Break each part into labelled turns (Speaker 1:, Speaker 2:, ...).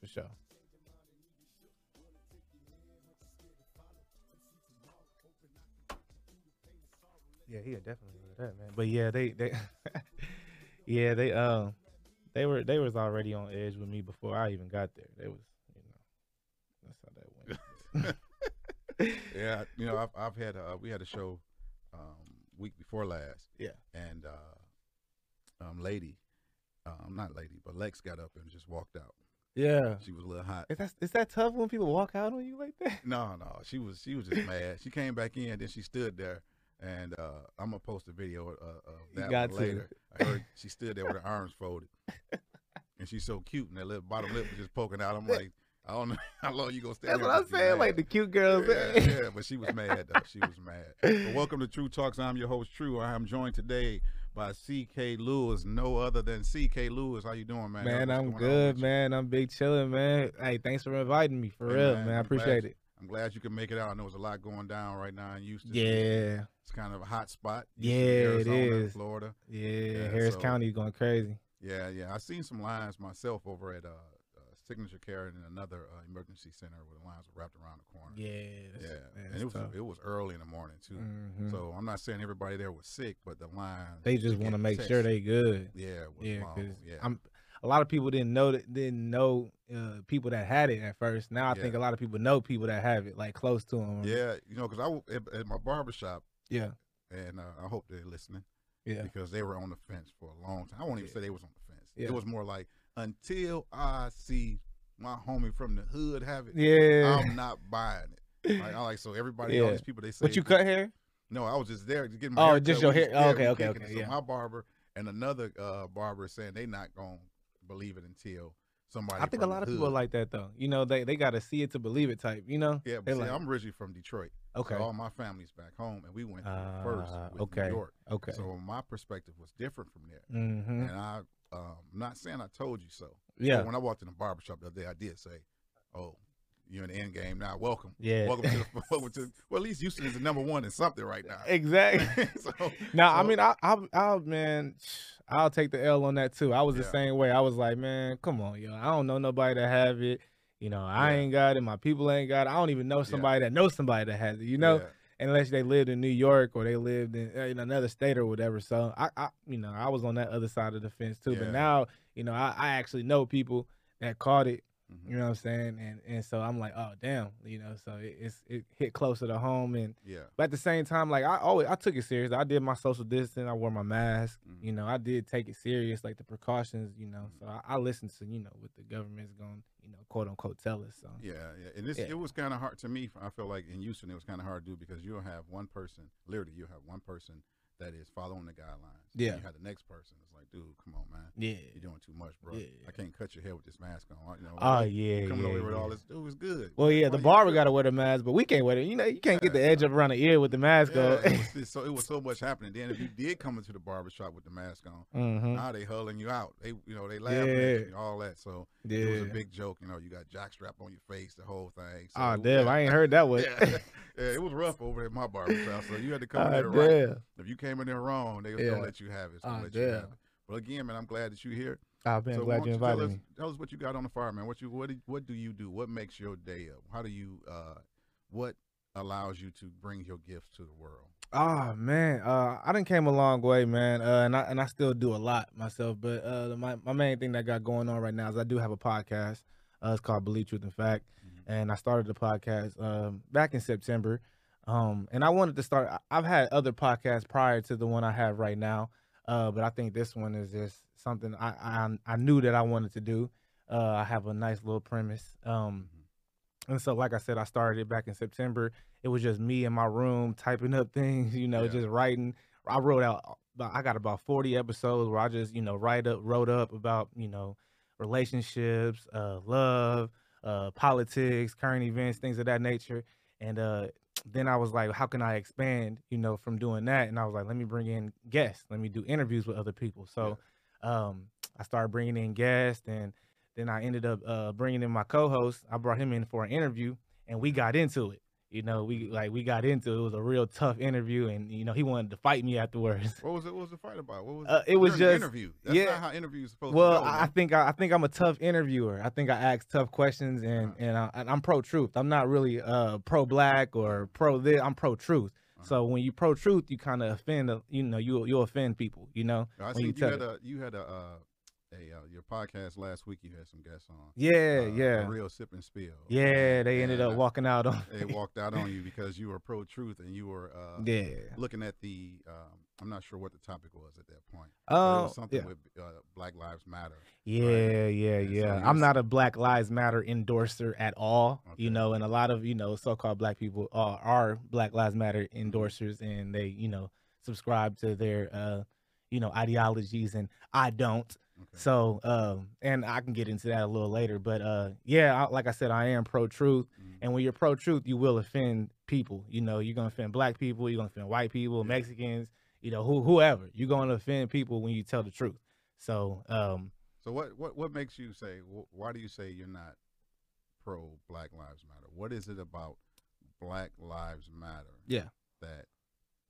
Speaker 1: for sure. Yeah, he'll definitely do that, man. But yeah, they they yeah, they um they were they was already on edge with me before I even got there. They was, you know, that's how that went.
Speaker 2: yeah, you know, I've, I've had uh, we had a show um, week before last,
Speaker 1: yeah.
Speaker 2: and uh, um, lady, um, not lady, but Lex got up and just walked out.
Speaker 1: Yeah.
Speaker 2: She was a little hot.
Speaker 1: Is that is that tough when people walk out on you like that?
Speaker 2: No, no, she was she was just mad. She came back in, then she stood there, and uh, I'm gonna post a video of, of
Speaker 1: You
Speaker 2: that
Speaker 1: got
Speaker 2: one later. I heard she stood there with her arms folded, and she's so cute, and that little bottom lip was just poking out. I'm like, I don't know how long you gonna stay.
Speaker 1: That's what I'm saying. Like the cute girls.
Speaker 2: yeah, yeah, but she was mad though. She was mad. But welcome to True Talks. I'm your host, True. I am joined today by CK Lewis, no other than CK Lewis. How you doing, man?
Speaker 1: Man,
Speaker 2: What's
Speaker 1: I'm
Speaker 2: going on
Speaker 1: good,
Speaker 2: with you?
Speaker 1: man. I'm big chilling, man. Hey, thanks for inviting me. For
Speaker 2: Hey,
Speaker 1: real,
Speaker 2: man,
Speaker 1: man. I
Speaker 2: I'm glad
Speaker 1: appreciate
Speaker 2: you-
Speaker 1: it.
Speaker 2: I'm glad you could make it out. I know there's a lot going down right now in Houston.
Speaker 1: Yeah.
Speaker 2: It's kind of a hot spot.
Speaker 1: Yeah, it
Speaker 2: Houston, Arizona,
Speaker 1: is.
Speaker 2: Florida.
Speaker 1: Yeah.
Speaker 2: Yeah,
Speaker 1: Harris
Speaker 2: so-
Speaker 1: County going crazy.
Speaker 2: Yeah, yeah. I've seen some lines myself over at uh, uh, Signature Care and another uh, emergency center where the lines were wrapped around the corner.
Speaker 1: Yeah.
Speaker 2: Yeah, and it was it was early in the morning too.
Speaker 1: hmm
Speaker 2: So I'm not saying everybody there was sick, but the line
Speaker 1: they just
Speaker 2: get
Speaker 1: want to make
Speaker 2: tests.
Speaker 1: sure they good.
Speaker 2: yeah it was
Speaker 1: Yeah,
Speaker 2: long.
Speaker 1: because
Speaker 2: yeah.
Speaker 1: I'm. A lot of people didn't know that didn't know uh, people that had it at first. Now I think a
Speaker 2: Yeah.
Speaker 1: lot of people know people that have it, like close to them.
Speaker 2: yeah, you know, because I w- at, at my barber shop,
Speaker 1: Yeah.
Speaker 2: and uh, I hope they're listening
Speaker 1: Yeah.
Speaker 2: because they were on the fence for a long time. I won't even
Speaker 1: Yeah.
Speaker 2: say they was on the fence.
Speaker 1: Yeah.
Speaker 2: It was more like until I see my homie from the hood have it,
Speaker 1: Yeah.
Speaker 2: I'm not buying it. Um, Like, I like so everybody, all
Speaker 1: Yeah.
Speaker 2: these people, they say,
Speaker 1: but you cut hair?
Speaker 2: No, I was just there to get my
Speaker 1: Oh,
Speaker 2: hair
Speaker 1: just
Speaker 2: cut.
Speaker 1: your
Speaker 2: We
Speaker 1: hair-
Speaker 2: was-
Speaker 1: oh,
Speaker 2: yeah,
Speaker 1: okay,
Speaker 2: we
Speaker 1: okay,
Speaker 2: kicking it.
Speaker 1: okay,
Speaker 2: So
Speaker 1: yeah.
Speaker 2: my barber and another uh, barber is saying they not gonna believe it until somebody.
Speaker 1: I think a
Speaker 2: from the
Speaker 1: lot of people are
Speaker 2: hood-
Speaker 1: like that though. You know, they they gotta see it to believe it type. You know.
Speaker 2: Yeah, but
Speaker 1: They
Speaker 2: see,
Speaker 1: like-
Speaker 2: I'm originally from Detroit.
Speaker 1: Okay.
Speaker 2: So all my family's back home, and we went through it first
Speaker 1: Ah,
Speaker 2: with
Speaker 1: okay,
Speaker 2: New York.
Speaker 1: okay.
Speaker 2: So my perspective was different from there.
Speaker 1: mm-hmm.
Speaker 2: And I, um, I'm not saying I told you so.
Speaker 1: Yeah.
Speaker 2: But when I walked in the barber shop the other day, I did say, "Oh, you're in the end game now. Welcome,
Speaker 1: Yeah.
Speaker 2: welcome to the welcome to well, at least Houston is the number one in something right now."
Speaker 1: Exactly.
Speaker 2: so
Speaker 1: Now, I
Speaker 2: so-
Speaker 1: mean, I, I, I, man, I'll take the L on that too. I was
Speaker 2: Yeah.
Speaker 1: the same way. I was like, man, come on, yo, I don't know nobody that have it. You know, I
Speaker 2: Yeah.
Speaker 1: ain't got it. My people ain't got it. I don't even know somebody that knows somebody that has it. You know,
Speaker 2: yeah.
Speaker 1: unless they lived in New York or they lived in, uh, in another state or whatever. So I, I, you know, I was on that other side of the fence too.
Speaker 2: Yeah.
Speaker 1: But now, you know, I, I actually know people that caught it.
Speaker 2: Mhm.
Speaker 1: You know what I'm saying? And and so I'm like, oh damn, you know. So it, it's it hit closer to home and.
Speaker 2: yeah.
Speaker 1: But at the same time, like I always, I took it serious. I did my social distancing. I wore my mask.
Speaker 2: Mhm.
Speaker 1: You know, I did take it serious, like the precautions. You know,
Speaker 2: Mhm.
Speaker 1: so I, I listened to you know what the government's going, you know, quote unquote tell us. So
Speaker 2: Yeah, yeah, and this
Speaker 1: Yeah.
Speaker 2: it was kind of hard to me. I feel like in Houston it was kind of hard to do because you'll have one person, literally, you will have one person that is following the guidelines. and
Speaker 1: Yeah.
Speaker 2: you have the next person. It's like, dude, come on, man,
Speaker 1: yeah,
Speaker 2: you're doing too much, bro.
Speaker 1: Yeah.
Speaker 2: I can't cut your hair with this mask on. You know,
Speaker 1: oh yeah,
Speaker 2: coming
Speaker 1: yeah,
Speaker 2: over here with
Speaker 1: yeah.
Speaker 2: all this, dude, it's good.
Speaker 1: Well, yeah,
Speaker 2: Why
Speaker 1: the
Speaker 2: you
Speaker 1: barber
Speaker 2: tripping?
Speaker 1: got to wear the mask, but we can't wear it. You know, you can't get the
Speaker 2: Yeah.
Speaker 1: edge up around the ear with the mask
Speaker 2: Yeah,
Speaker 1: on.
Speaker 2: it was, it's so it was so much happening. Then if you did come into the barber shop with the mask on,
Speaker 1: hmm
Speaker 2: now they hulling you out. They you know they laughing at
Speaker 1: Yeah.
Speaker 2: you, and all that. So it was a
Speaker 1: Yeah.
Speaker 2: big joke. You know, you got jockstrap on your face, the whole thing. So
Speaker 1: Oh
Speaker 2: it was-
Speaker 1: damn, I ain't heard that one.
Speaker 2: yeah. yeah, it was rough over at my barber shop. So you had to come in
Speaker 1: Ah,
Speaker 2: there right.
Speaker 1: damn.
Speaker 2: If you came in there wrong, they was
Speaker 1: Yeah.
Speaker 2: gonna let you have it. It's gonna
Speaker 1: Ah,
Speaker 2: let you have
Speaker 1: damn.
Speaker 2: it. But again, man, I'm glad that you're here.
Speaker 1: Ah, man,
Speaker 2: so
Speaker 1: glad
Speaker 2: why don't
Speaker 1: you
Speaker 2: tell
Speaker 1: invited
Speaker 2: us,
Speaker 1: me.
Speaker 2: Tell us what you got on the fire, man. What you what do, what do you do? What makes your day up? How do you uh what allows you to bring your gifts to the world?
Speaker 1: Oh man, uh, I done came a long way, man, uh, and I and I still do a lot myself. But uh, the- my my main thing that I got going on right now is I do have a podcast. Uh, it's called Believe Truth and Fact,
Speaker 2: Mhm.
Speaker 1: and I started the podcast um, back in September. Um, and I wanted to start. I- I've had other podcasts prior to the one I have right now, uh, but I think this one is just something I I, I knew that I wanted to do. Uh, I have a nice little premise. Um,
Speaker 2: Mm-hmm.
Speaker 1: and so, like I said, I started it back in September. It was just me in my room typing up things, you know,
Speaker 2: Yeah.
Speaker 1: just writing. I wrote out, uh, about- I got about 40 episodes where I just, you know, write up, wrote up about, you know, relationships, uh, love, uh, politics, current events, things of that nature. And uh, then I was like, how can I expand, you know, from doing that? And I was like, let me bring in guests, let me do interviews with other people. So um, I started bringing in guests and then I ended up uh, bringing in my co-host. I brought him in for an interview, and we got into it. you know, we like we got into it. It was a real tough interview, and you know, he wanted to fight me afterwards.
Speaker 2: What was it? What was the fight about? What was
Speaker 1: Uh, it was
Speaker 2: during the
Speaker 1: just-
Speaker 2: interview. That's
Speaker 1: yeah.
Speaker 2: not how interviews supposed
Speaker 1: Well,
Speaker 2: to go.
Speaker 1: I I
Speaker 2: man.
Speaker 1: think I, I think I'm a tough interviewer. I think I ask tough questions, and
Speaker 2: Uh-huh.
Speaker 1: and, I, and I'm pro truth. I'm not really uh pro black or pro this. I'm pro truth.
Speaker 2: Uh-huh.
Speaker 1: So when you pro truth, you kind of offend. uh, You know, you you offend people. You know.
Speaker 2: I
Speaker 1: when
Speaker 2: see
Speaker 1: you
Speaker 2: you,
Speaker 1: tell
Speaker 2: had a you had a uh, a uh, your podcast last week. You had some guests on.
Speaker 1: Yeah,
Speaker 2: uh,
Speaker 1: yeah,
Speaker 2: A real sip and spill.
Speaker 1: yeah. They ended up
Speaker 2: And
Speaker 1: walking out on.
Speaker 2: They walked out on you because you were pro truth and you were uh,
Speaker 1: Yeah.
Speaker 2: looking at the. Um, I'm not sure what the topic was at that point. but it
Speaker 1: Oh,
Speaker 2: was something
Speaker 1: yeah,
Speaker 2: with uh, Black Lives Matter.
Speaker 1: yeah, yeah,
Speaker 2: And so
Speaker 1: yeah.
Speaker 2: you
Speaker 1: I'm
Speaker 2: was-
Speaker 1: not a Black Lives Matter endorser at all.
Speaker 2: Okay.
Speaker 1: You know, and a lot of you know so-called Black people are, are Black Lives Matter endorsers, and they you know subscribe to their uh you know ideologies, and I don't.
Speaker 2: Okay.
Speaker 1: So, um, and I can get into that a little later, but uh, yeah, I, like I said, I am pro truth,
Speaker 2: Mhm.
Speaker 1: and when you're pro truth, you will offend people. You know, you're gonna offend black people, you're gonna offend white people,
Speaker 2: Yeah.
Speaker 1: Mexicans, you know, who whoever. You're gonna offend people when you tell the truth. So, um,
Speaker 2: so what what what makes you say? wh- Why do you say you're not pro Black Lives Matter? What is it about Black Lives Matter?
Speaker 1: Yeah.
Speaker 2: That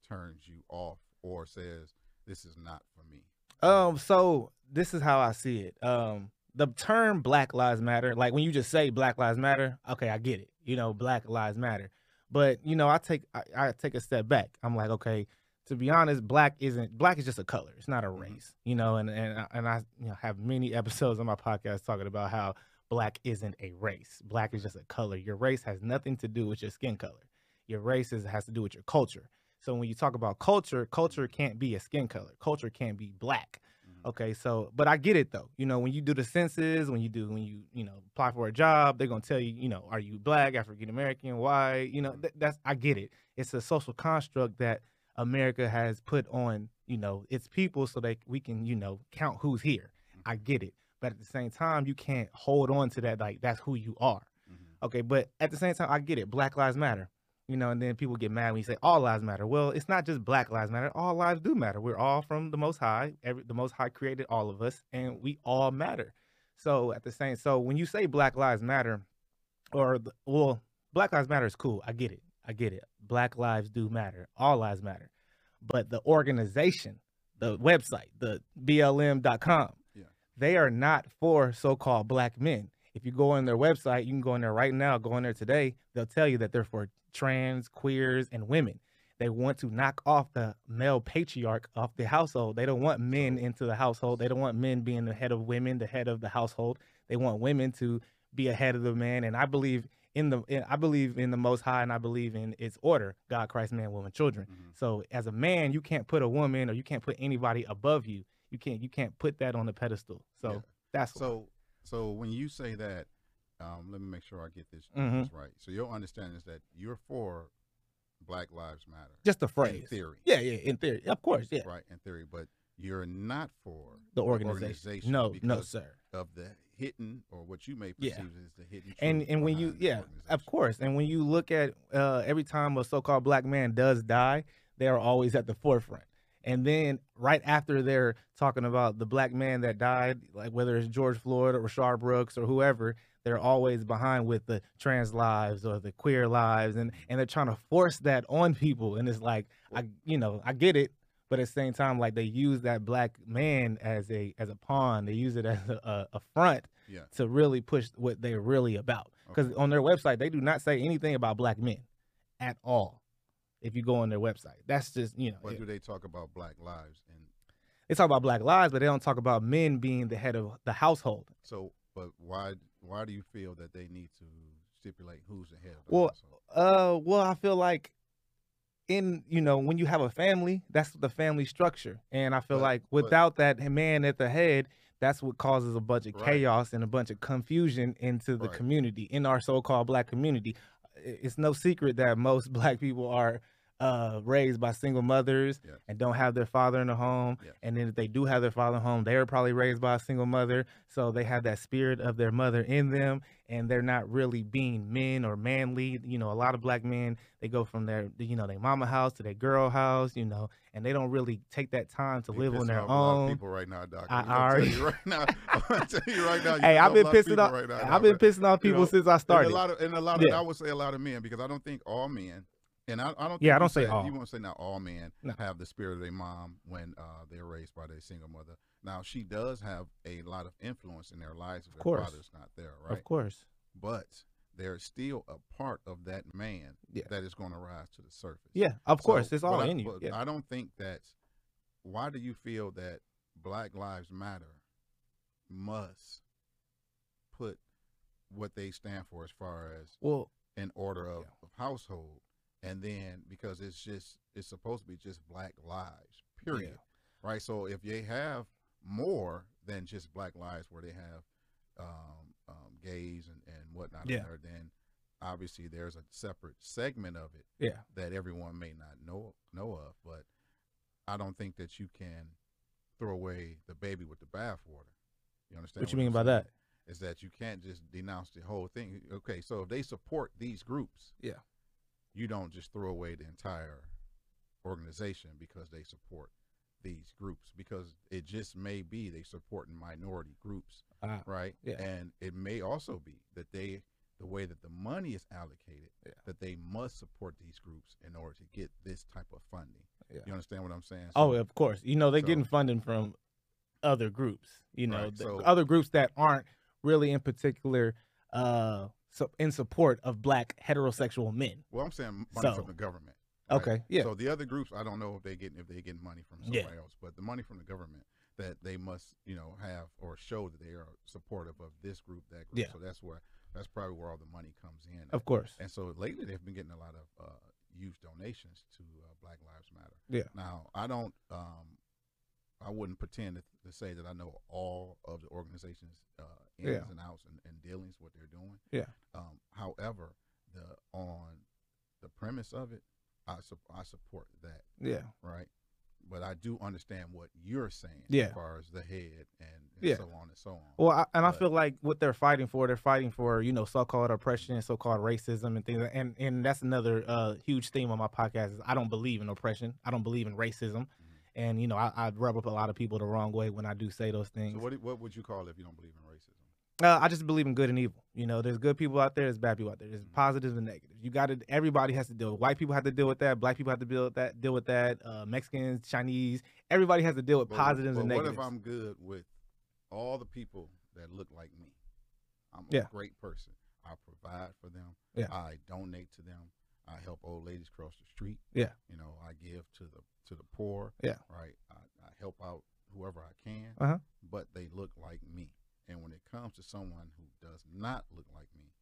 Speaker 2: turns you off or says this is not for me.
Speaker 1: um, so this is how I see it. Um, the term Black Lives Matter, like when you just say Black Lives Matter, okay, I get it. You know, Black Lives Matter, but you know, I take I, I take a step back. I'm like, okay, to be honest, black isn't black is just a color. It's not a
Speaker 2: Mhm.
Speaker 1: race, you know. And and I- and I you know, have many episodes on my podcast talking about how black isn't a race. Black is just a color. Your race has nothing to do with your skin color. Your race is, has to do with your culture. So when you talk about culture, culture can't be a skin color. Culture can't be black.
Speaker 2: Mhm.
Speaker 1: Okay, so but I get it though. You know, when you do the census, when you do when you you know apply for a job, they're gonna tell you, you know, are you black, African American, white? You know,
Speaker 2: Mhm.
Speaker 1: th- that's I get it. It's a social construct that America has put on, you know, its people so that we can, you know, count who's here. I get it, but at the same time, you can't hold on to that like that's who you are.
Speaker 2: Mhm.
Speaker 1: Okay, but at the same time, I get it. Black lives matter. You know, and then people get mad when you say all lives matter. Well, it's not just black lives matter. All lives do matter. We're all from the most high. Every the most high created all of us and we all matter. So at the same so when you say black lives matter or the, well, black lives matter is cool. I get it. I get it. Black lives do matter. All lives matter. But the organization, the website, the blm.com,
Speaker 2: Yeah.
Speaker 1: they are not for so-called black men. If you go on their website, you can go in there right now, go in there today, they'll tell you that they're for trans, queers, and women. They want to knock off the male patriarch off the household. They don't want men
Speaker 2: So-
Speaker 1: into the household. They don't want men being the head of women, the head of the household. They want women to be ahead of the man. And I believe in the in, I believe in the most high and I believe in its order, God, Christ, man, woman, children.
Speaker 2: Mhm.
Speaker 1: So as a man, you can't put a woman or you can't put anybody above you. You can't you can't put that on the pedestal. So
Speaker 2: Yeah.
Speaker 1: that's why.
Speaker 2: So, so when you say that, um, let me make sure I get this,
Speaker 1: Mhm.
Speaker 2: this right. So your understanding is that you're for Black Lives Matter
Speaker 1: just a
Speaker 2: in
Speaker 1: phrase.
Speaker 2: theory,
Speaker 1: Yeah, yeah, in theory, of course, yeah.
Speaker 2: right? In theory, but you're not for
Speaker 1: The organization.
Speaker 2: organization
Speaker 1: no, no,
Speaker 2: because
Speaker 1: sir.
Speaker 2: of the hidden or what you may perceive
Speaker 1: Yeah.
Speaker 2: as the hidden.
Speaker 1: and
Speaker 2: truth
Speaker 1: and when you
Speaker 2: behind the
Speaker 1: yeah of
Speaker 2: organization.
Speaker 1: course and when you look at uh every time a so-called black man does die they are always at the forefront and then right after they're talking about the black man that died like whether it's george floyd or rashard brooks or whoever they're always behind with the trans lives or the queer lives and and they're trying to force that on people and it's like i you know i get it but at the same time like they use that black man as a as a pawn they use it as a, a, a front
Speaker 2: Yeah.
Speaker 1: to really push what they're really about. Because
Speaker 2: Okay.
Speaker 1: on their website, they do not say anything about black men at all. If you go on their website, that's just you know
Speaker 2: But
Speaker 1: it-
Speaker 2: do they talk about Black lives? And
Speaker 1: they talk about black lives, but they don't talk about men being the head of the household.
Speaker 2: so, but why why do you feel that they need to stipulate who's the head? Of the
Speaker 1: Well,
Speaker 2: household?
Speaker 1: Uh, well, I feel like in you know when you have a family, that's the family structure, and I feel
Speaker 2: But-
Speaker 1: like
Speaker 2: but-
Speaker 1: without that man at the head, that's what causes a bunch of
Speaker 2: Right.
Speaker 1: chaos and a bunch of confusion into the
Speaker 2: Right.
Speaker 1: community in our so-called black community. I- It's no secret that most black people are uh, raised by single mothers
Speaker 2: Yes.
Speaker 1: and don't have their father in the home.
Speaker 2: Yes.
Speaker 1: And then if they do have their father home, they were probably raised by a single mother. So they have that spirit of their mother in them and they're not really being men or manly. You know, a lot of black men, they go from their, you know, their mama house to their girl house, you know, and they don't really take that time to
Speaker 2: You
Speaker 1: live on
Speaker 2: pissing
Speaker 1: their
Speaker 2: off a lot of
Speaker 1: own.
Speaker 2: people right now, Doc.
Speaker 1: I-
Speaker 2: I'm
Speaker 1: I
Speaker 2: gonna
Speaker 1: already-
Speaker 2: tell you right now. I'm gonna tell you right now. you
Speaker 1: Hey,
Speaker 2: piss
Speaker 1: I've been
Speaker 2: a lot of
Speaker 1: pissing
Speaker 2: people
Speaker 1: off.
Speaker 2: right now, Doc,
Speaker 1: I've been
Speaker 2: but-
Speaker 1: pissing off
Speaker 2: you
Speaker 1: people
Speaker 2: know,
Speaker 1: since I
Speaker 2: and
Speaker 1: started.
Speaker 2: a lot of and a lot of
Speaker 1: Yeah.
Speaker 2: I would say a lot of men because I don't think all men, and I, I don't.
Speaker 1: Yeah, I
Speaker 2: think
Speaker 1: don't
Speaker 2: you
Speaker 1: say
Speaker 2: said-
Speaker 1: all.
Speaker 2: You won't say not all men
Speaker 1: No.
Speaker 2: have the spirit of their mom when uh, they're raised by their single mother. Now she does have a lot of influence in their lives. If
Speaker 1: Of course.
Speaker 2: their father's not there, right?
Speaker 1: Of course.
Speaker 2: But there's still a part of that man
Speaker 1: Yeah.
Speaker 2: that is going to rise to the surface.
Speaker 1: Yeah, of course.
Speaker 2: So,
Speaker 1: It's all
Speaker 2: but I-
Speaker 1: in you.
Speaker 2: but
Speaker 1: Yeah.
Speaker 2: I don't think that's. Why do you feel that Black Lives Matter must put what they stand for as far as
Speaker 1: Well,
Speaker 2: an order of,
Speaker 1: Yeah.
Speaker 2: of household, and then because it's just it's supposed to be just Black lives, period, right? So if they have more than just Black lives, where they have um, um, gays and and whatnot, in
Speaker 1: Yeah.
Speaker 2: there, then obviously there's a separate segment of it
Speaker 1: yeah.
Speaker 2: that everyone may not know know of, but I don't think that you can throw away the baby with the bathwater. You understand?
Speaker 1: What you
Speaker 2: I'm
Speaker 1: mean by
Speaker 2: saying?
Speaker 1: that?
Speaker 2: Is that you can't just denounce the whole thing. Okay, so if they support these groups,
Speaker 1: Yeah.
Speaker 2: you don't just throw away the entire organization because they support these groups because it just may be they support minority groups
Speaker 1: Ah,
Speaker 2: right?
Speaker 1: yeah.
Speaker 2: And it may also be that they, the way that the money is allocated,
Speaker 1: Yeah.
Speaker 2: that they must support these groups in order to get this type of funding.
Speaker 1: Yeah.
Speaker 2: You understand what I'm saying?
Speaker 1: Oh,
Speaker 2: So-
Speaker 1: of course. You know, they're
Speaker 2: So-
Speaker 1: getting funding from other groups, you know,
Speaker 2: Right,
Speaker 1: the-
Speaker 2: so-
Speaker 1: other groups that aren't really in particular uh so in support of black heterosexual men.
Speaker 2: Well, I'm saying money
Speaker 1: So-
Speaker 2: from the government. right?
Speaker 1: Okay. Yeah.
Speaker 2: So the other groups, I don't know if they get if they get money from
Speaker 1: Yeah.
Speaker 2: somebody else, but the money from the government that they must, you know, have or show that they are supportive of this group, that group.
Speaker 1: Yeah.
Speaker 2: So that's where that's probably where all the money comes in.
Speaker 1: of course.
Speaker 2: And so lately, they've been getting a lot of uh, huge donations to uh, Black Lives Matter.
Speaker 1: Yeah.
Speaker 2: Now, I don't, um, I wouldn't pretend to, to say that I know all of the organizations' uh, ins
Speaker 1: Yeah.
Speaker 2: and outs and, and dealings, what they're doing.
Speaker 1: Yeah.
Speaker 2: Um, however, the on the premise of it, I sup I support that,
Speaker 1: Yeah.
Speaker 2: right? But I do understand what you're saying
Speaker 1: Yeah.
Speaker 2: as far as the head and, and
Speaker 1: Yeah.
Speaker 2: so on and so on.
Speaker 1: Well, I, and I
Speaker 2: But-
Speaker 1: feel like what they're fighting for, they're fighting for you know so-called oppression, so-called racism, and things. like- And and that's another uh, huge theme on my podcast is I don't believe in oppression. I don't believe in racism,
Speaker 2: Mm-hmm.
Speaker 1: and you know I, I rub up a lot of people the wrong way when I do say those things.
Speaker 2: so what, do- what would you call it if you don't believe in racism?
Speaker 1: Uh, I just believe in good and evil. You know, there's good people out there, there's bad people out there, there's
Speaker 2: Mhm.
Speaker 1: positives and negatives. You got to. Everybody has to deal. with White people have to deal with that. Black people have to deal with that. Deal with that. Uh, Mexicans, Chinese, everybody has to deal with
Speaker 2: But-
Speaker 1: positives
Speaker 2: but
Speaker 1: and negatives.
Speaker 2: What if I'm good with all the people that look like me? I'm a
Speaker 1: Yeah.
Speaker 2: great person. I provide for them.
Speaker 1: Yeah.
Speaker 2: I donate to them. I help old ladies cross the street.
Speaker 1: Yeah.
Speaker 2: You know, I give to the to the poor.
Speaker 1: Yeah.
Speaker 2: Right. I, I help out whoever I can.
Speaker 1: Uh-huh.
Speaker 2: But they look like me. And when it comes to someone who does not look like me,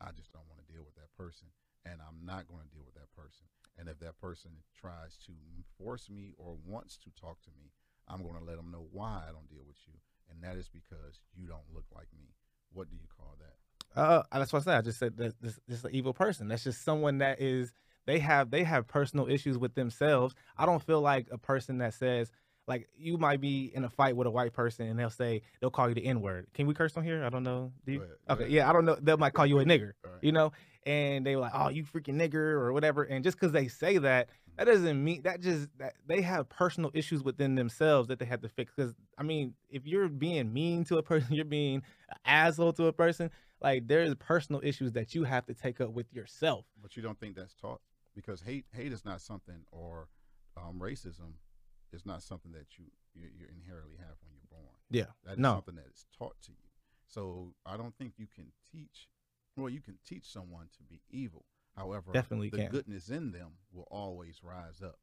Speaker 2: I just don't want to deal with that person. And I'm not going to deal with that person. And if that person tries to force me or wants to talk to me, I'm going to let them know why I don't deal with you. And that is because you don't look like me. What do you call that?
Speaker 1: Uh, that's what I said. I just said that this, this is an evil person. That's just someone that is they have they have personal issues with themselves. I don't feel like a person that says like you might be in a fight with a white person and they'll say they'll call you the N word. Can we curse on here? I don't know. Do you?
Speaker 2: Go ahead, go
Speaker 1: Okay,
Speaker 2: ahead.
Speaker 1: yeah, I don't know. They might call you a nigger,
Speaker 2: All right.
Speaker 1: you know, and they were like, oh, you freaking nigger or whatever. And just because they say that, that doesn't mean that just that they have personal issues within themselves that they have to fix. Because I mean, if you're being mean to a person, you're being an asshole to a person like there's personal issues that you have to take up with yourself
Speaker 2: But you don't think that's taught because hate hate is not something or um, racism is not something that you you, you inherently have when you're born.
Speaker 1: yeah
Speaker 2: That is
Speaker 1: No.
Speaker 2: something that is taught to you. So I don't think you can teach. Well, you can teach someone to be evil. However,
Speaker 1: Definitely
Speaker 2: the
Speaker 1: can.
Speaker 2: goodness in them will always rise up.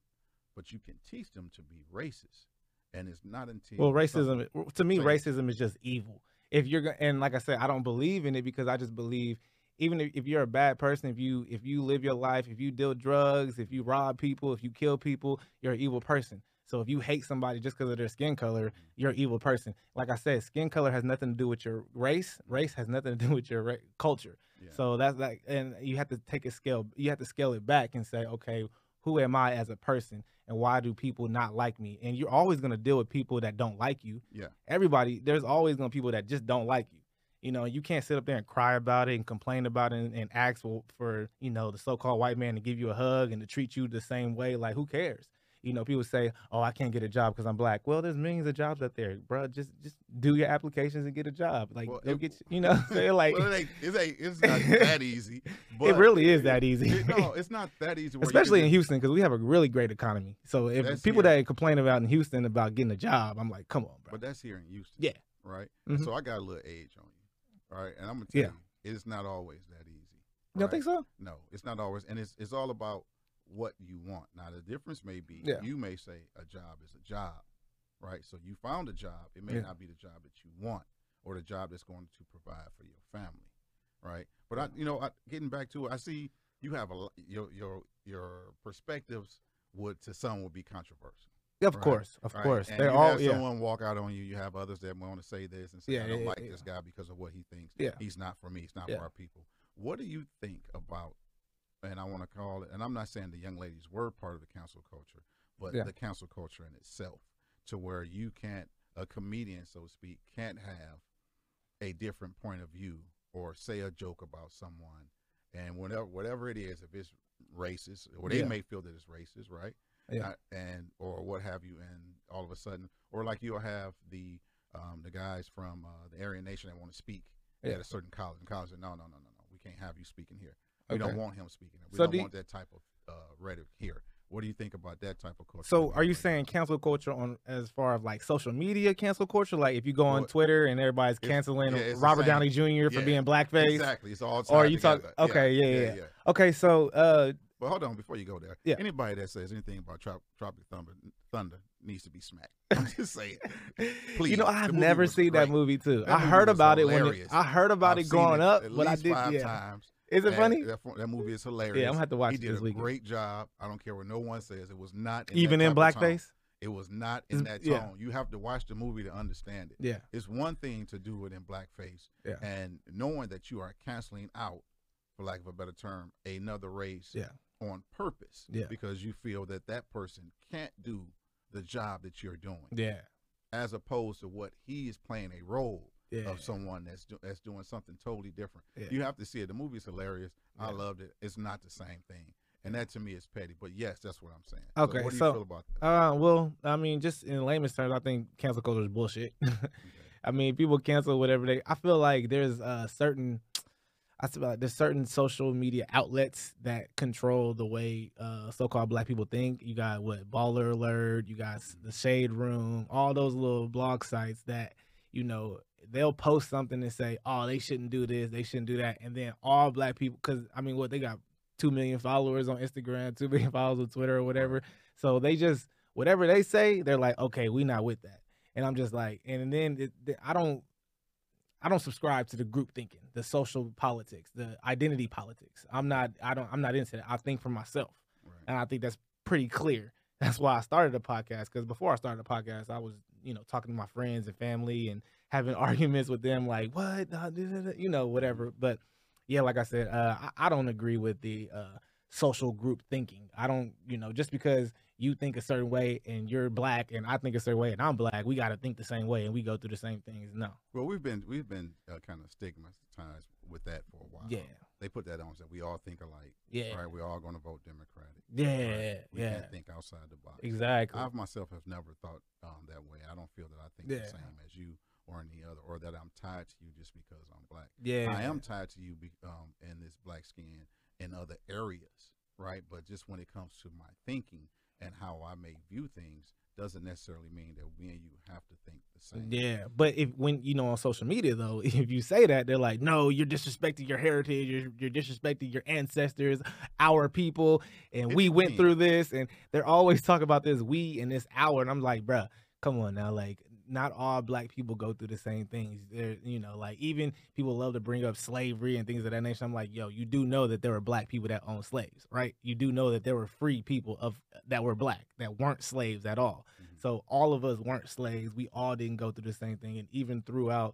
Speaker 2: But you can teach them to be racist, and it's not until
Speaker 1: well
Speaker 2: something-
Speaker 1: racism to me
Speaker 2: so-
Speaker 1: racism is just evil if you're gonna and like i said i don't believe in it because i just believe even if, if you're a bad person if you if you live your life if you deal drugs if you rob people if you kill people you're an evil person so if you hate somebody just because of their skin color you're an evil person like i said skin color has nothing to do with your race race has nothing to do with your ra- culture
Speaker 2: Yeah.
Speaker 1: So that's like, and you have to take a scale. You have to scale it back and say, okay, who am I as a person and why do people not like me? And you're always gonna deal with people that don't like you.
Speaker 2: Yeah.
Speaker 1: Everybody, there's always gonna be people that just don't like you. You know, you can't sit up there and cry about it and complain about it and, and ask for, for, you know, the so-called white man to give you a hug and to treat you the same way. Like, who cares? You know, people say, "Oh, I can't get a job because I'm black." Well, there's millions of jobs out there, bro. Just, just do your applications and get a job. Like,
Speaker 2: Well,
Speaker 1: go
Speaker 2: it-
Speaker 1: get, you- you know, what I'm saying? like,
Speaker 2: well, it ain't, it ain't, it's not that easy. But
Speaker 1: it really is that easy.
Speaker 2: it- no, it's not that easy. where you can
Speaker 1: especially in
Speaker 2: just-
Speaker 1: Houston because we have a really great economy. So if
Speaker 2: That's-
Speaker 1: people
Speaker 2: yeah.
Speaker 1: that complain about in Houston about getting a job, I'm like, come on, bro.
Speaker 2: But that's here in Houston.
Speaker 1: Yeah.
Speaker 2: Right.
Speaker 1: Mhm.
Speaker 2: So I got a little age on you. All right. And I'm gonna tell
Speaker 1: Yeah.
Speaker 2: you, it's not always that easy.
Speaker 1: you don't think so?
Speaker 2: No, it's not always, and it's it's all about what you want. Now the difference may be
Speaker 1: Yeah.
Speaker 2: you may say a job is a job, right? So you found a job. It may
Speaker 1: Yeah.
Speaker 2: not be the job that you want or the job that's going to provide for your family, right? But I, you know, I, getting back to it, I see you have a lo- your your your perspectives would to some would be controversial.
Speaker 1: Of
Speaker 2: Right.
Speaker 1: course, of
Speaker 2: right?
Speaker 1: course.
Speaker 2: and
Speaker 1: They're
Speaker 2: you
Speaker 1: all
Speaker 2: have
Speaker 1: yeah,
Speaker 2: someone walk out on you. You have others that want to say this and say,
Speaker 1: Yeah,
Speaker 2: "I don't
Speaker 1: yeah,
Speaker 2: like
Speaker 1: yeah.
Speaker 2: this guy because of what he thinks."
Speaker 1: yeah.
Speaker 2: he's not for me. He's not
Speaker 1: Yeah.
Speaker 2: for our people. What do you think about? And I want to call it. And I'm not saying the young ladies were part of the council culture, but
Speaker 1: Yeah.
Speaker 2: the council culture in itself, to where you can't a comedian, so to speak, can't have a different point of view or say a joke about someone, and whatever whatever it is, if it's racist, or they
Speaker 1: Yeah.
Speaker 2: may feel that it's racist, right?
Speaker 1: Yeah.
Speaker 2: Uh, and or what have you, and all of a sudden, or like you'll have the um, the guys from uh, the Aryan Nation that want to speak
Speaker 1: Yeah.
Speaker 2: at a certain college. And college said, no, no, no, no, no. We can't have you speaking here. We don't
Speaker 1: Okay.
Speaker 2: want him speaking. here. We
Speaker 1: So
Speaker 2: don't
Speaker 1: do you-
Speaker 2: want that type of uh, rhetoric here. What do you think about that type of culture?
Speaker 1: So are
Speaker 2: that we
Speaker 1: you
Speaker 2: have right now?
Speaker 1: saying cancel culture on as far as like social media cancel culture? Like if you go on
Speaker 2: Well,
Speaker 1: Twitter and everybody's
Speaker 2: it's-
Speaker 1: canceling
Speaker 2: yeah, it's the
Speaker 1: Robert
Speaker 2: same.
Speaker 1: Downey Jr. for
Speaker 2: Yeah,
Speaker 1: being blackface.
Speaker 2: Exactly. It's all.
Speaker 1: Or
Speaker 2: tied
Speaker 1: you talk-
Speaker 2: together.
Speaker 1: okay, yeah, yeah,
Speaker 2: yeah,
Speaker 1: yeah. Okay, so uh
Speaker 2: But hold on, before you go there,
Speaker 1: Yeah.
Speaker 2: anybody that says anything about Trop- Tropic Thunder, Thunder needs to be smacked. I'm just saying. Please,
Speaker 1: you know
Speaker 2: the
Speaker 1: I've
Speaker 2: movie
Speaker 1: never
Speaker 2: was
Speaker 1: seen that
Speaker 2: great.
Speaker 1: movie too.
Speaker 2: That
Speaker 1: I
Speaker 2: movie
Speaker 1: heard
Speaker 2: was
Speaker 1: about it when it,
Speaker 2: hilarious.
Speaker 1: I heard about
Speaker 2: I've
Speaker 1: it
Speaker 2: seen
Speaker 1: growing
Speaker 2: it
Speaker 1: up,
Speaker 2: at
Speaker 1: but I
Speaker 2: least
Speaker 1: did.
Speaker 2: five
Speaker 1: Yeah,
Speaker 2: times.
Speaker 1: is it
Speaker 2: That-
Speaker 1: funny?
Speaker 2: That, fo- that movie is hilarious.
Speaker 1: Yeah, I'm gonna have to watch
Speaker 2: he
Speaker 1: it
Speaker 2: did
Speaker 1: this
Speaker 2: a
Speaker 1: weekend.
Speaker 2: great job. I don't care what no one says. It was not in
Speaker 1: Even
Speaker 2: that
Speaker 1: in
Speaker 2: type of tone.
Speaker 1: blackface.
Speaker 2: It was not in
Speaker 1: It's-
Speaker 2: that tone.
Speaker 1: yeah.
Speaker 2: You have to watch the movie to understand it.
Speaker 1: Yeah,
Speaker 2: It's one thing to do it in blackface
Speaker 1: Yeah.
Speaker 2: and knowing that you are canceling out, for lack of a better term, another race
Speaker 1: Yeah.
Speaker 2: on purpose
Speaker 1: Yeah.
Speaker 2: because you feel that that person can't do the job that you're doing
Speaker 1: yeah,
Speaker 2: as opposed to what he is playing a role
Speaker 1: yeah.
Speaker 2: of someone that's do, that's doing something totally different.
Speaker 1: Yeah.
Speaker 2: You have to see it. The movie's hilarious. I
Speaker 1: Yeah.
Speaker 2: loved it. It's not the same thing, and that to me is petty. But yes, that's what I'm saying.
Speaker 1: Okay,
Speaker 2: So what do
Speaker 1: so-
Speaker 2: you feel about that?
Speaker 1: Uh, well, I mean, just in layman's terms, I think cancel culture is bullshit. I mean, people cancel whatever they. I feel like there's uh certain, I feel like there's certain social media outlets that control the way uh so-called black people think. You got what Baller Alert, you got s- the Shade Room, all those little blog sites that you know they'll post something and say, oh, they shouldn't do this, they shouldn't do that, and then all black people, because I mean, what they got two million followers on Instagram, two million followers on Twitter or whatever. So they just whatever they say, they're like, okay, we not with that. And I'm just like, and then it, the, I don't, I don't subscribe to the group thinking, the social politics, the identity politics. I'm not, I don't, I'm not into that. I think for myself,
Speaker 2: Right.
Speaker 1: and I think that's pretty clear. That's why I started a podcast because before I started a podcast, I was you know talking to my friends and family and having arguments with them, like what, Nah, da, da, da," you know, whatever. But yeah, like I said, uh, I, I don't agree with the uh, social group thinking. I don't, you know, just because you think a certain way and you're black and I think a certain way and I'm black, we got to think the same way and we go through the same things. No,
Speaker 2: Well, we've been we've been uh, kind of stigmatized with that for a while.
Speaker 1: yeah,
Speaker 2: They put that on us that we all think alike.
Speaker 1: yeah,
Speaker 2: Right. We're all going to vote Democratic.
Speaker 1: yeah,
Speaker 2: We
Speaker 1: yeah,
Speaker 2: can't think outside the box.
Speaker 1: exactly.
Speaker 2: I myself have never thought um, that way. I don't feel that I think
Speaker 1: Yeah.
Speaker 2: the same as you or any other, or that I'm tied to you just because I'm black.
Speaker 1: yeah,
Speaker 2: I am tied to you be, um, in this black skin in other areas, right? But just when it comes to my thinking and how I may view things, doesn't necessarily mean that we and you have to think the same.
Speaker 1: Yeah, but if when you know on social media though, if you say that, they're like, "No, you're disrespecting your heritage. You're, you're disrespecting your ancestors, our people, and
Speaker 2: It's
Speaker 1: we went
Speaker 2: me.
Speaker 1: through this." And they're always talking about this we and this our, and I'm like, "Bruh, come on now, like." Not all black people go through the same things. There, you know, like even people love to bring up slavery and things of that nature. I'm like, yo, you do know that there were black people that owned slaves, right? You do know that there were free people of that were black that weren't slaves at all.
Speaker 2: Mhm.
Speaker 1: So all of us weren't slaves. We all didn't go through the same thing. And even throughout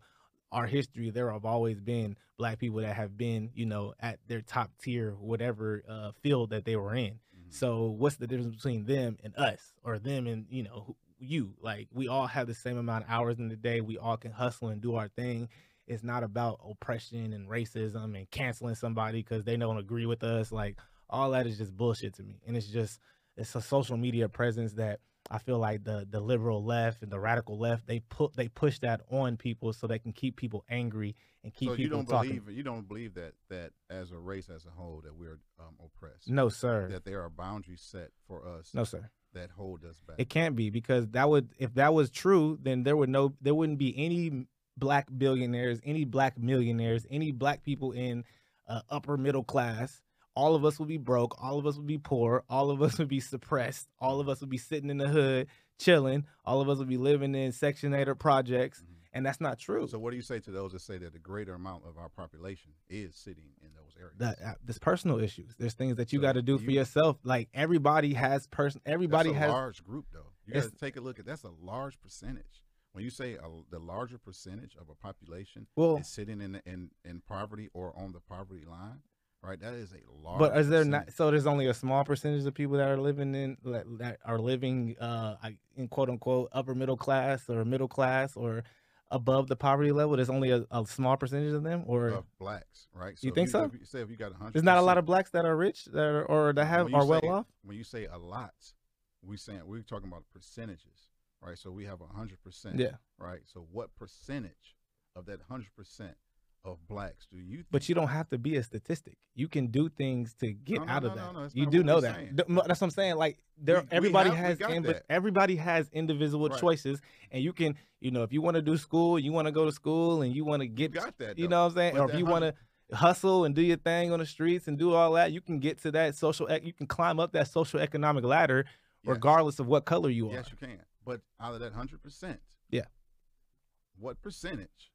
Speaker 1: our history, there have always been black people that have been, you know, at their top tier, whatever uh, field that they were in.
Speaker 2: Mhm.
Speaker 1: So what's the difference between them and us, or them and you know who- you? Like we all have the same amount of hours in the day. We all can hustle and do our thing. It's not about oppression and racism and canceling somebody because they don't agree with us. Like all that is just bullshit to me, and it's just it's a social media presence that I feel like the the liberal left and the radical left they put they push that on people so they can keep people angry and keep
Speaker 2: so
Speaker 1: people
Speaker 2: you don't
Speaker 1: talking.
Speaker 2: believe you don't believe that that as a race as a whole that we're um, oppressed.
Speaker 1: no sir,
Speaker 2: That there are boundaries set for us
Speaker 1: no sir.
Speaker 2: that hold us back.
Speaker 1: It can't be because that would if that was true, then there would no there wouldn't be any black billionaires, any black millionaires, any black people in uh, upper middle class. All of us would be broke. All of us would be poor. All of us would be suppressed. All of us would be sitting in the hood chilling. All of us would be living in Section 8 or projects,
Speaker 2: Mhm.
Speaker 1: and that's not true.
Speaker 2: So what do you say to those that say that the greater amount of our population is sitting in those areas?
Speaker 1: that uh, there's personal issues. There's things that you
Speaker 2: So
Speaker 1: got to do for
Speaker 2: you-
Speaker 1: yourself. Like everybody has person. Everybody
Speaker 2: that's a
Speaker 1: has.
Speaker 2: large group though. You got
Speaker 1: It's-
Speaker 2: to take a look at that's a large percentage. When you say a, the larger percentage of a population
Speaker 1: well,
Speaker 2: is sitting in, in in poverty or on the poverty line, right? That is a large.
Speaker 1: But is there not?
Speaker 2: percentage.
Speaker 1: So there's only a small percentage of people that are living in that that are living uh I- in quote unquote upper middle class or middle class or above the poverty level. There's only a, a small percentage of them, or
Speaker 2: of blacks, right?
Speaker 1: You
Speaker 2: if
Speaker 1: think so?
Speaker 2: if you say if you got 100,
Speaker 1: there's not a lot of blacks that are rich that are, or that have
Speaker 2: When you
Speaker 1: are well
Speaker 2: say-
Speaker 1: off.
Speaker 2: When you say a lot, we saying we're talking about percentages, right? So we have a hundred percent,
Speaker 1: Yeah,
Speaker 2: right? So what percentage of that hundred percent of blacks do you? Think
Speaker 1: but you don't have to be a statistic. You can do things to get
Speaker 2: No, no,
Speaker 1: out
Speaker 2: no,
Speaker 1: of
Speaker 2: no,
Speaker 1: that.
Speaker 2: no, that's
Speaker 1: you
Speaker 2: not
Speaker 1: do
Speaker 2: what
Speaker 1: know
Speaker 2: we're
Speaker 1: that.
Speaker 2: saying.
Speaker 1: Th- no, That's what I'm saying. Like there,
Speaker 2: We- we
Speaker 1: everybody
Speaker 2: have- we
Speaker 1: has
Speaker 2: got
Speaker 1: invi-
Speaker 2: that.
Speaker 1: everybody has indivisible
Speaker 2: Right.
Speaker 1: choices, and you can you know if you want to do school, you want to go to school, and you want to
Speaker 2: You
Speaker 1: get
Speaker 2: got that?
Speaker 1: you
Speaker 2: though.
Speaker 1: know what I'm saying?
Speaker 2: But
Speaker 1: Or if
Speaker 2: that
Speaker 1: you want
Speaker 2: hundred-
Speaker 1: to hustle and do your thing on the streets and do all that, you can get to that social, ec- you can climb up that social economic ladder
Speaker 2: Yes.
Speaker 1: regardless of what color you are.
Speaker 2: Yes, you can. But out of that hundred percent,
Speaker 1: Yeah.
Speaker 2: What percentage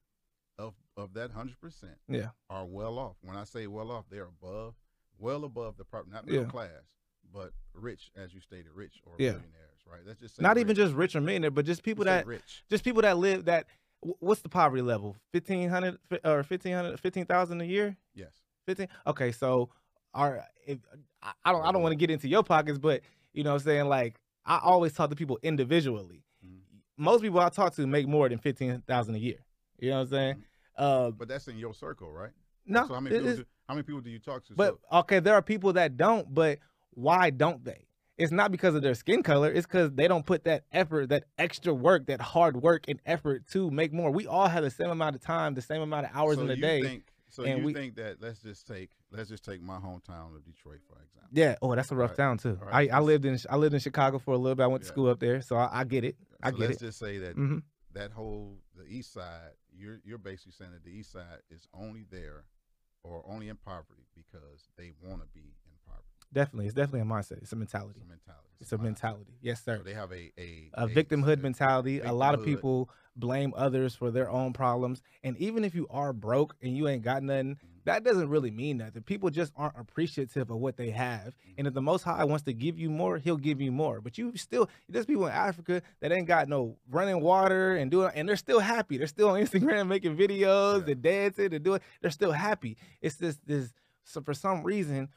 Speaker 2: of of that hundred percent?
Speaker 1: Yeah.
Speaker 2: Are well off. When I say well off, they're above, well above the proper, not middle
Speaker 1: Yeah.
Speaker 2: class, but rich, as you stated, rich or
Speaker 1: Yeah.
Speaker 2: millionaires, right? That's just say
Speaker 1: Not
Speaker 2: rich.
Speaker 1: even just rich or millionaire, but just
Speaker 2: You
Speaker 1: people
Speaker 2: say
Speaker 1: that,
Speaker 2: rich.
Speaker 1: just people that live that, wh- what's the poverty level? 1500 fi- or 1500, 15,000 a year?
Speaker 2: Yes.
Speaker 1: 15 okay so our if i I don't i don't want to get into your pockets but you know what i'm saying like i always talk to people individually
Speaker 2: Mhm.
Speaker 1: most people i talk to make more than 15000 a year you know what i'm saying uh
Speaker 2: But that's in your circle, right?
Speaker 1: no
Speaker 2: So how
Speaker 1: it
Speaker 2: many people?
Speaker 1: is-
Speaker 2: Do, how many people do you talk to?
Speaker 1: but
Speaker 2: So-
Speaker 1: okay there are people that don't but why don't they it's not because of their skin color it's because they don't put that effort that extra work that hard work and effort to make more we all have the same amount of time the same amount of hours
Speaker 2: so
Speaker 1: in a
Speaker 2: you
Speaker 1: day
Speaker 2: Think, so
Speaker 1: and
Speaker 2: you
Speaker 1: we-
Speaker 2: think that let's just take let's just take my hometown of Detroit for example.
Speaker 1: Yeah. Oh, that's a rough
Speaker 2: Right.
Speaker 1: town too.
Speaker 2: All
Speaker 1: I,
Speaker 2: right.
Speaker 1: I lived in I lived in Chicago for a little bit. I went to
Speaker 2: Yeah.
Speaker 1: school up there, so I, I get it. I
Speaker 2: so
Speaker 1: get
Speaker 2: let's
Speaker 1: it.
Speaker 2: just say that
Speaker 1: hmm
Speaker 2: that whole the east side you're you're basically saying that the east side is only there or only in poverty because they want to be in poverty
Speaker 1: Definitely, it's definitely a mindset. It's a
Speaker 2: it's
Speaker 1: mentality.
Speaker 2: a mentality
Speaker 1: It's a
Speaker 2: mindset.
Speaker 1: mentality. Yes,
Speaker 2: so
Speaker 1: sir.
Speaker 2: they have a a,
Speaker 1: A victimhood mentality. A lot of
Speaker 2: victimhood.
Speaker 1: people blame others for their own problems, and even if you are broke and you ain't got nothing,
Speaker 2: Mhm.
Speaker 1: that doesn't really mean nothing. People just aren't appreciative of what they have. And if the Most High wants to give you more, He'll give you more. But you still, there's people in Africa that ain't got no running water and doing, and they're still happy. They're still on Instagram making videos
Speaker 2: Yeah.
Speaker 1: and dancing and doing. They're still happy. It's just this. So for some reason,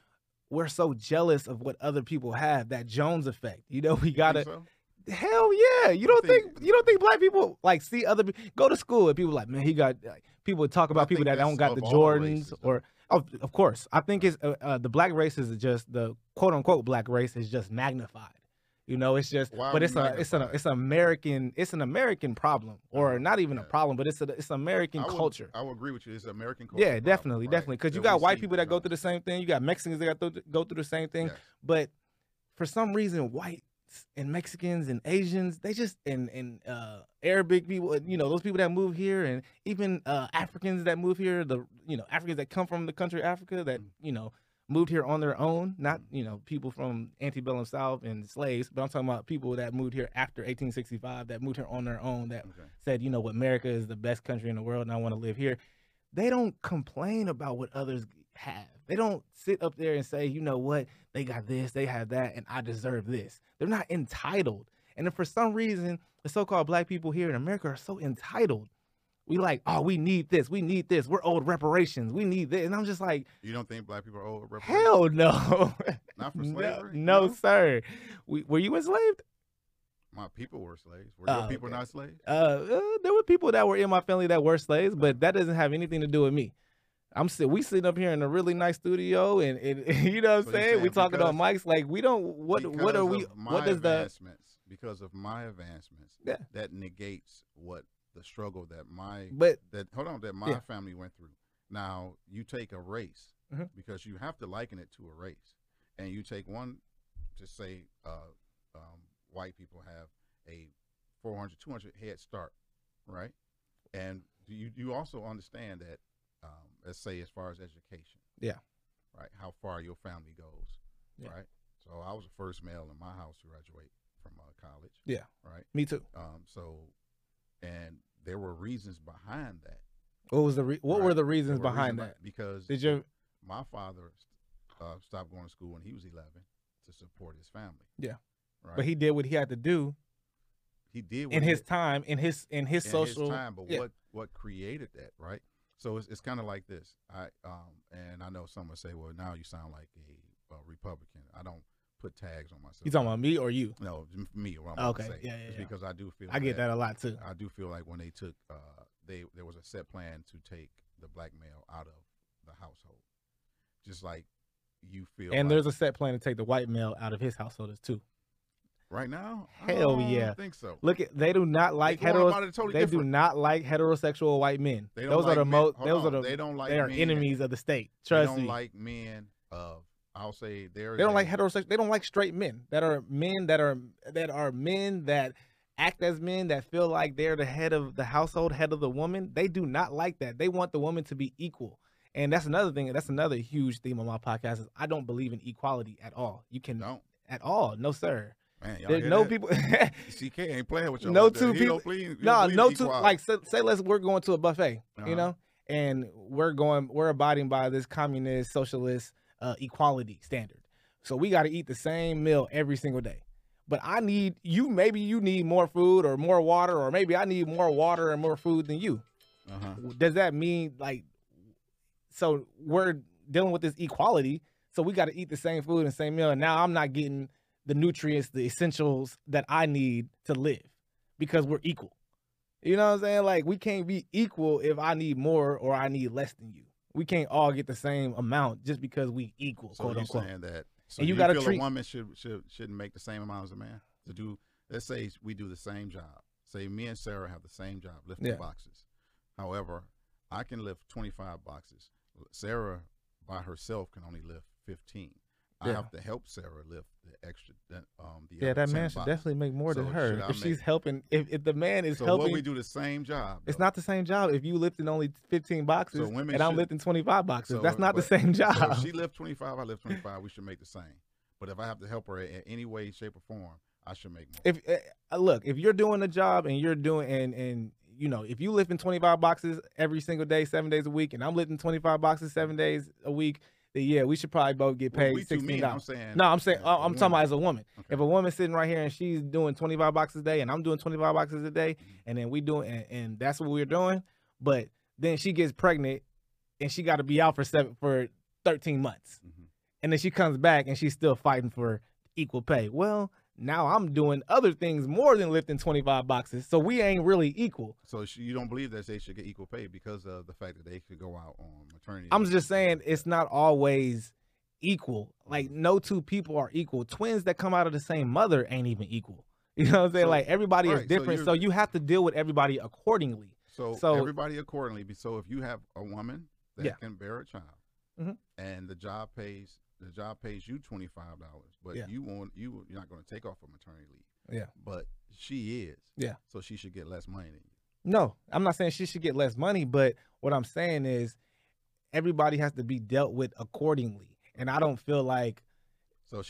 Speaker 1: we're so jealous of what other people have. That Jones effect. You know, we
Speaker 2: You think
Speaker 1: gotta
Speaker 2: so?
Speaker 1: Hell yeah! You don't
Speaker 2: think-
Speaker 1: think you don't think black people like see other pe- go to school and people like man he got like, people talk
Speaker 2: But I
Speaker 1: about people
Speaker 2: think
Speaker 1: that don't got
Speaker 2: that's of
Speaker 1: the
Speaker 2: all
Speaker 1: Jordans
Speaker 2: races, though.
Speaker 1: or of, of course I think it's uh, uh, the black race is just the quote unquote black race is just magnified. You know, it's just,
Speaker 2: Why are
Speaker 1: but
Speaker 2: we
Speaker 1: it's a, it's an,
Speaker 2: magnified?
Speaker 1: it's an American, it's an American problem, or
Speaker 2: Uh-huh,
Speaker 1: not even a
Speaker 2: yeah.
Speaker 1: problem, but it's a, it's American
Speaker 2: I would-
Speaker 1: culture.
Speaker 2: i will agree with you it's american culture
Speaker 1: Yeah,
Speaker 2: problem,
Speaker 1: definitely,
Speaker 2: right?
Speaker 1: definitely. Because you
Speaker 2: That
Speaker 1: got
Speaker 2: we
Speaker 1: white
Speaker 2: see
Speaker 1: people that go
Speaker 2: Jones.
Speaker 1: through the same thing. You got Mexicans that got through, go through the same thing.
Speaker 2: Yes.
Speaker 1: But for some reason, whites and Mexicans and Asians, they just and and uh, Arabic people, you know, those people that move here, and even uh, Africans that move here, the you know Africans that come from the country Africa that
Speaker 2: Mm.
Speaker 1: you know moved here on their own, not
Speaker 2: Mm.
Speaker 1: you know people from antebellum South and slaves, but I'm talking about people that moved here after 1865 that moved here on their own that
Speaker 2: okay.
Speaker 1: said, you know what, America is the best country in the world and I want to live here. They don't complain about what others have. They don't sit up there and say, you know what, they got this, they have that, and I deserve this. They're not entitled. And then for some reason, the so called black people here in America are so entitled. we like, oh, we need this, we need this, we're old reparations, we need this, and I'm just like,
Speaker 2: You don't think black people are old? reparations?
Speaker 1: hell no,
Speaker 2: Not for
Speaker 1: no,
Speaker 2: slavery.
Speaker 1: no, sir. We, were you enslaved?
Speaker 2: My people were slaves. Were your
Speaker 1: Oh,
Speaker 2: people
Speaker 1: okay.
Speaker 2: not slaves?
Speaker 1: Uh, uh, there were people that were in my family that were slaves, but that doesn't have anything to do with me. I'm sit, we sitting up here in a really nice studio, and, and you know what I'm
Speaker 2: So you're
Speaker 1: saying? We
Speaker 2: saying
Speaker 1: talking on
Speaker 2: because-
Speaker 1: mics like we don't. What what
Speaker 2: Because
Speaker 1: are we?
Speaker 2: of My
Speaker 1: What does the
Speaker 2: advancements, because of my advancements?
Speaker 1: Yeah.
Speaker 2: That negates what the struggle that my
Speaker 1: but
Speaker 2: that hold on that my
Speaker 1: Yeah.
Speaker 2: family went through. Now you take a race
Speaker 1: Mhm.
Speaker 2: because you have to liken it to a race, and you take one, just say, uh, um, white people have a 400, 200 head start, right? And you you also understand that, um, let's say as far as education,
Speaker 1: Yeah.
Speaker 2: right, how far your family goes,
Speaker 1: Yeah.
Speaker 2: right? So I was the first male in my house to graduate from uh, college,
Speaker 1: Yeah.
Speaker 2: right.
Speaker 1: me too.
Speaker 2: Um, so, and there were reasons behind that.
Speaker 1: What was the re- what were
Speaker 2: Right.
Speaker 1: the reasons
Speaker 2: There were
Speaker 1: behind
Speaker 2: reasons
Speaker 1: that?
Speaker 2: be- Because
Speaker 1: Did you?
Speaker 2: my father uh, stopped going to school when he was 11 to support his family.
Speaker 1: Yeah.
Speaker 2: Right.
Speaker 1: But he did what he had to do
Speaker 2: he did what
Speaker 1: in
Speaker 2: he
Speaker 1: his
Speaker 2: had-
Speaker 1: time, in his in his
Speaker 2: in
Speaker 1: social.
Speaker 2: his time, but
Speaker 1: yeah.
Speaker 2: what what created that, right? So it's, it's kind of like this. I um and I know some would say, well, now you sound like a, uh Republican. I don't put tags on myself.
Speaker 1: You talking about me or you?
Speaker 2: no m- me? What I'm about to
Speaker 1: Okay,
Speaker 2: say.
Speaker 1: yeah, yeah,
Speaker 2: It's
Speaker 1: yeah.
Speaker 2: because I do feel
Speaker 1: I get
Speaker 2: bad.
Speaker 1: that a lot too.
Speaker 2: I do feel like when they took uh they there was a set plan to take the black male out of the household. Just like you feel
Speaker 1: And
Speaker 2: like-
Speaker 1: there's a set plan to take the white male out of his household too.
Speaker 2: right now?
Speaker 1: Hell
Speaker 2: I don't
Speaker 1: yeah.
Speaker 2: think so.
Speaker 1: Look at they do not like
Speaker 2: they going about
Speaker 1: heteros.
Speaker 2: it totally
Speaker 1: They do
Speaker 2: different.
Speaker 1: not like heterosexual white men.
Speaker 2: They don't
Speaker 1: Those
Speaker 2: like
Speaker 1: are the
Speaker 2: men-
Speaker 1: most.
Speaker 2: hold
Speaker 1: Those
Speaker 2: on,
Speaker 1: are
Speaker 2: they
Speaker 1: the.
Speaker 2: don't like
Speaker 1: They are
Speaker 2: men.
Speaker 1: enemies of the state.
Speaker 2: They
Speaker 1: Trust
Speaker 2: don't
Speaker 1: me.
Speaker 2: like men of I'll say there
Speaker 1: they
Speaker 2: is
Speaker 1: don't
Speaker 2: a-
Speaker 1: like heterosexual. They don't like straight men that are men that are that are men that act as men that feel like they're the head of the household, head of the woman. They do not like that. They want the woman to be equal. And that's another thing. That's another huge theme on my podcast is I don't believe in equality at all. You can
Speaker 2: don't.
Speaker 1: at all. No sir.
Speaker 2: Man, y'all
Speaker 1: There's
Speaker 2: hear
Speaker 1: no
Speaker 2: that?
Speaker 1: people
Speaker 2: CK ain't playing with y'all.
Speaker 1: No
Speaker 2: out there.
Speaker 1: two
Speaker 2: He
Speaker 1: people-
Speaker 2: don't plead- he
Speaker 1: no,
Speaker 2: don't
Speaker 1: no
Speaker 2: plead
Speaker 1: two
Speaker 2: equality.
Speaker 1: like say, say let's we're going to a buffet,
Speaker 2: Uh-huh.
Speaker 1: you know, and we're going we're abiding by this communist socialist uh, equality standard. So we got to eat the same meal every single day. But I need you. Maybe you need more food or more water, or maybe I need more water and more food than you.
Speaker 2: Uh-huh.
Speaker 1: Does that mean like, so we're dealing with this equality? So we got to eat the same food and same meal, and now I'm not getting the nutrients, the essentials that I need to live because we're equal. You know what I'm saying? Like we can't be equal if I need more or I need less than you. We can't all get the same amount just because we equal,
Speaker 2: So
Speaker 1: quote
Speaker 2: you're
Speaker 1: unquote.
Speaker 2: saying that so
Speaker 1: And you
Speaker 2: you,
Speaker 1: gotta
Speaker 2: feel
Speaker 1: treat-
Speaker 2: a woman should should shouldn't make the same amount as a man to do let's say we do the same job. Say me and Sarah have the same job lifting
Speaker 1: Yeah.
Speaker 2: boxes. However, I can lift twenty five boxes. Sarah by herself can only lift fifteen. I
Speaker 1: Yeah.
Speaker 2: have to help Sarah lift the extra the, um the
Speaker 1: Yeah,
Speaker 2: other
Speaker 1: that
Speaker 2: 10
Speaker 1: man should
Speaker 2: boxes.
Speaker 1: definitely make more than
Speaker 2: So
Speaker 1: her
Speaker 2: should I
Speaker 1: if she's
Speaker 2: make-
Speaker 1: helping. If, if the man is
Speaker 2: so what
Speaker 1: helping,
Speaker 2: we do the same job.
Speaker 1: it's
Speaker 2: though.
Speaker 1: not the same job. If you lifting only 15 boxes
Speaker 2: So women
Speaker 1: and I'm
Speaker 2: should-
Speaker 1: lifting 25 boxes,
Speaker 2: So,
Speaker 1: that's not the
Speaker 2: but-
Speaker 1: same job.
Speaker 2: So if she lift 25, I lift 25, we should make the same. But if I have to help her in any way, shape, or form, I should make more.
Speaker 1: if uh, look if you're doing a job and you're doing and and you know if you lifting 25 boxes every single day seven days a week and i'm lifting 25 boxes seven days a week then yeah we should probably both get
Speaker 2: Well,
Speaker 1: paid
Speaker 2: we two
Speaker 1: 16
Speaker 2: men, I'm
Speaker 1: dollars
Speaker 2: saying. uh,
Speaker 1: no i'm saying
Speaker 2: as a
Speaker 1: I- i'm talking
Speaker 2: woman.
Speaker 1: about as a woman
Speaker 2: Okay.
Speaker 1: if a woman's sitting right here and she's doing 25 boxes a day and i'm doing 25 boxes a day and then we doing and, and that's what we're doing but then she gets pregnant and she got to be out for seven for 13 months
Speaker 2: Mhm.
Speaker 1: and then she comes back and she's still fighting for equal pay. Well, now I'm doing other things more than lifting 25 boxes, so we ain't really equal.
Speaker 2: So she, you don't believe that they should get equal pay because of the fact that they could go out on maternity.
Speaker 1: I'm
Speaker 2: leave
Speaker 1: just
Speaker 2: and
Speaker 1: saying
Speaker 2: stuff like
Speaker 1: it's
Speaker 2: that.
Speaker 1: not always equal. Like no two people are equal. Twins that come out of the same mother ain't even equal. You know what I'm saying?
Speaker 2: So-
Speaker 1: like everybody
Speaker 2: right,
Speaker 1: is
Speaker 2: so
Speaker 1: different,
Speaker 2: you're-
Speaker 1: so you have to deal with everybody accordingly.
Speaker 2: So,
Speaker 1: so-
Speaker 2: everybody accordingly. be- So if you have a woman that
Speaker 1: Yeah.
Speaker 2: can bear a child,
Speaker 1: Mhm.
Speaker 2: and the job pays the job pays you twenty five dollars, but
Speaker 1: Yeah.
Speaker 2: you won't you you're not going to take off a maternity leave.
Speaker 1: Yeah.
Speaker 2: But she is.
Speaker 1: Yeah.
Speaker 2: So she should get less money than you.
Speaker 1: No, I'm not saying she should get less money, but what I'm saying is everybody has to be dealt with accordingly. And I don't feel like
Speaker 2: So she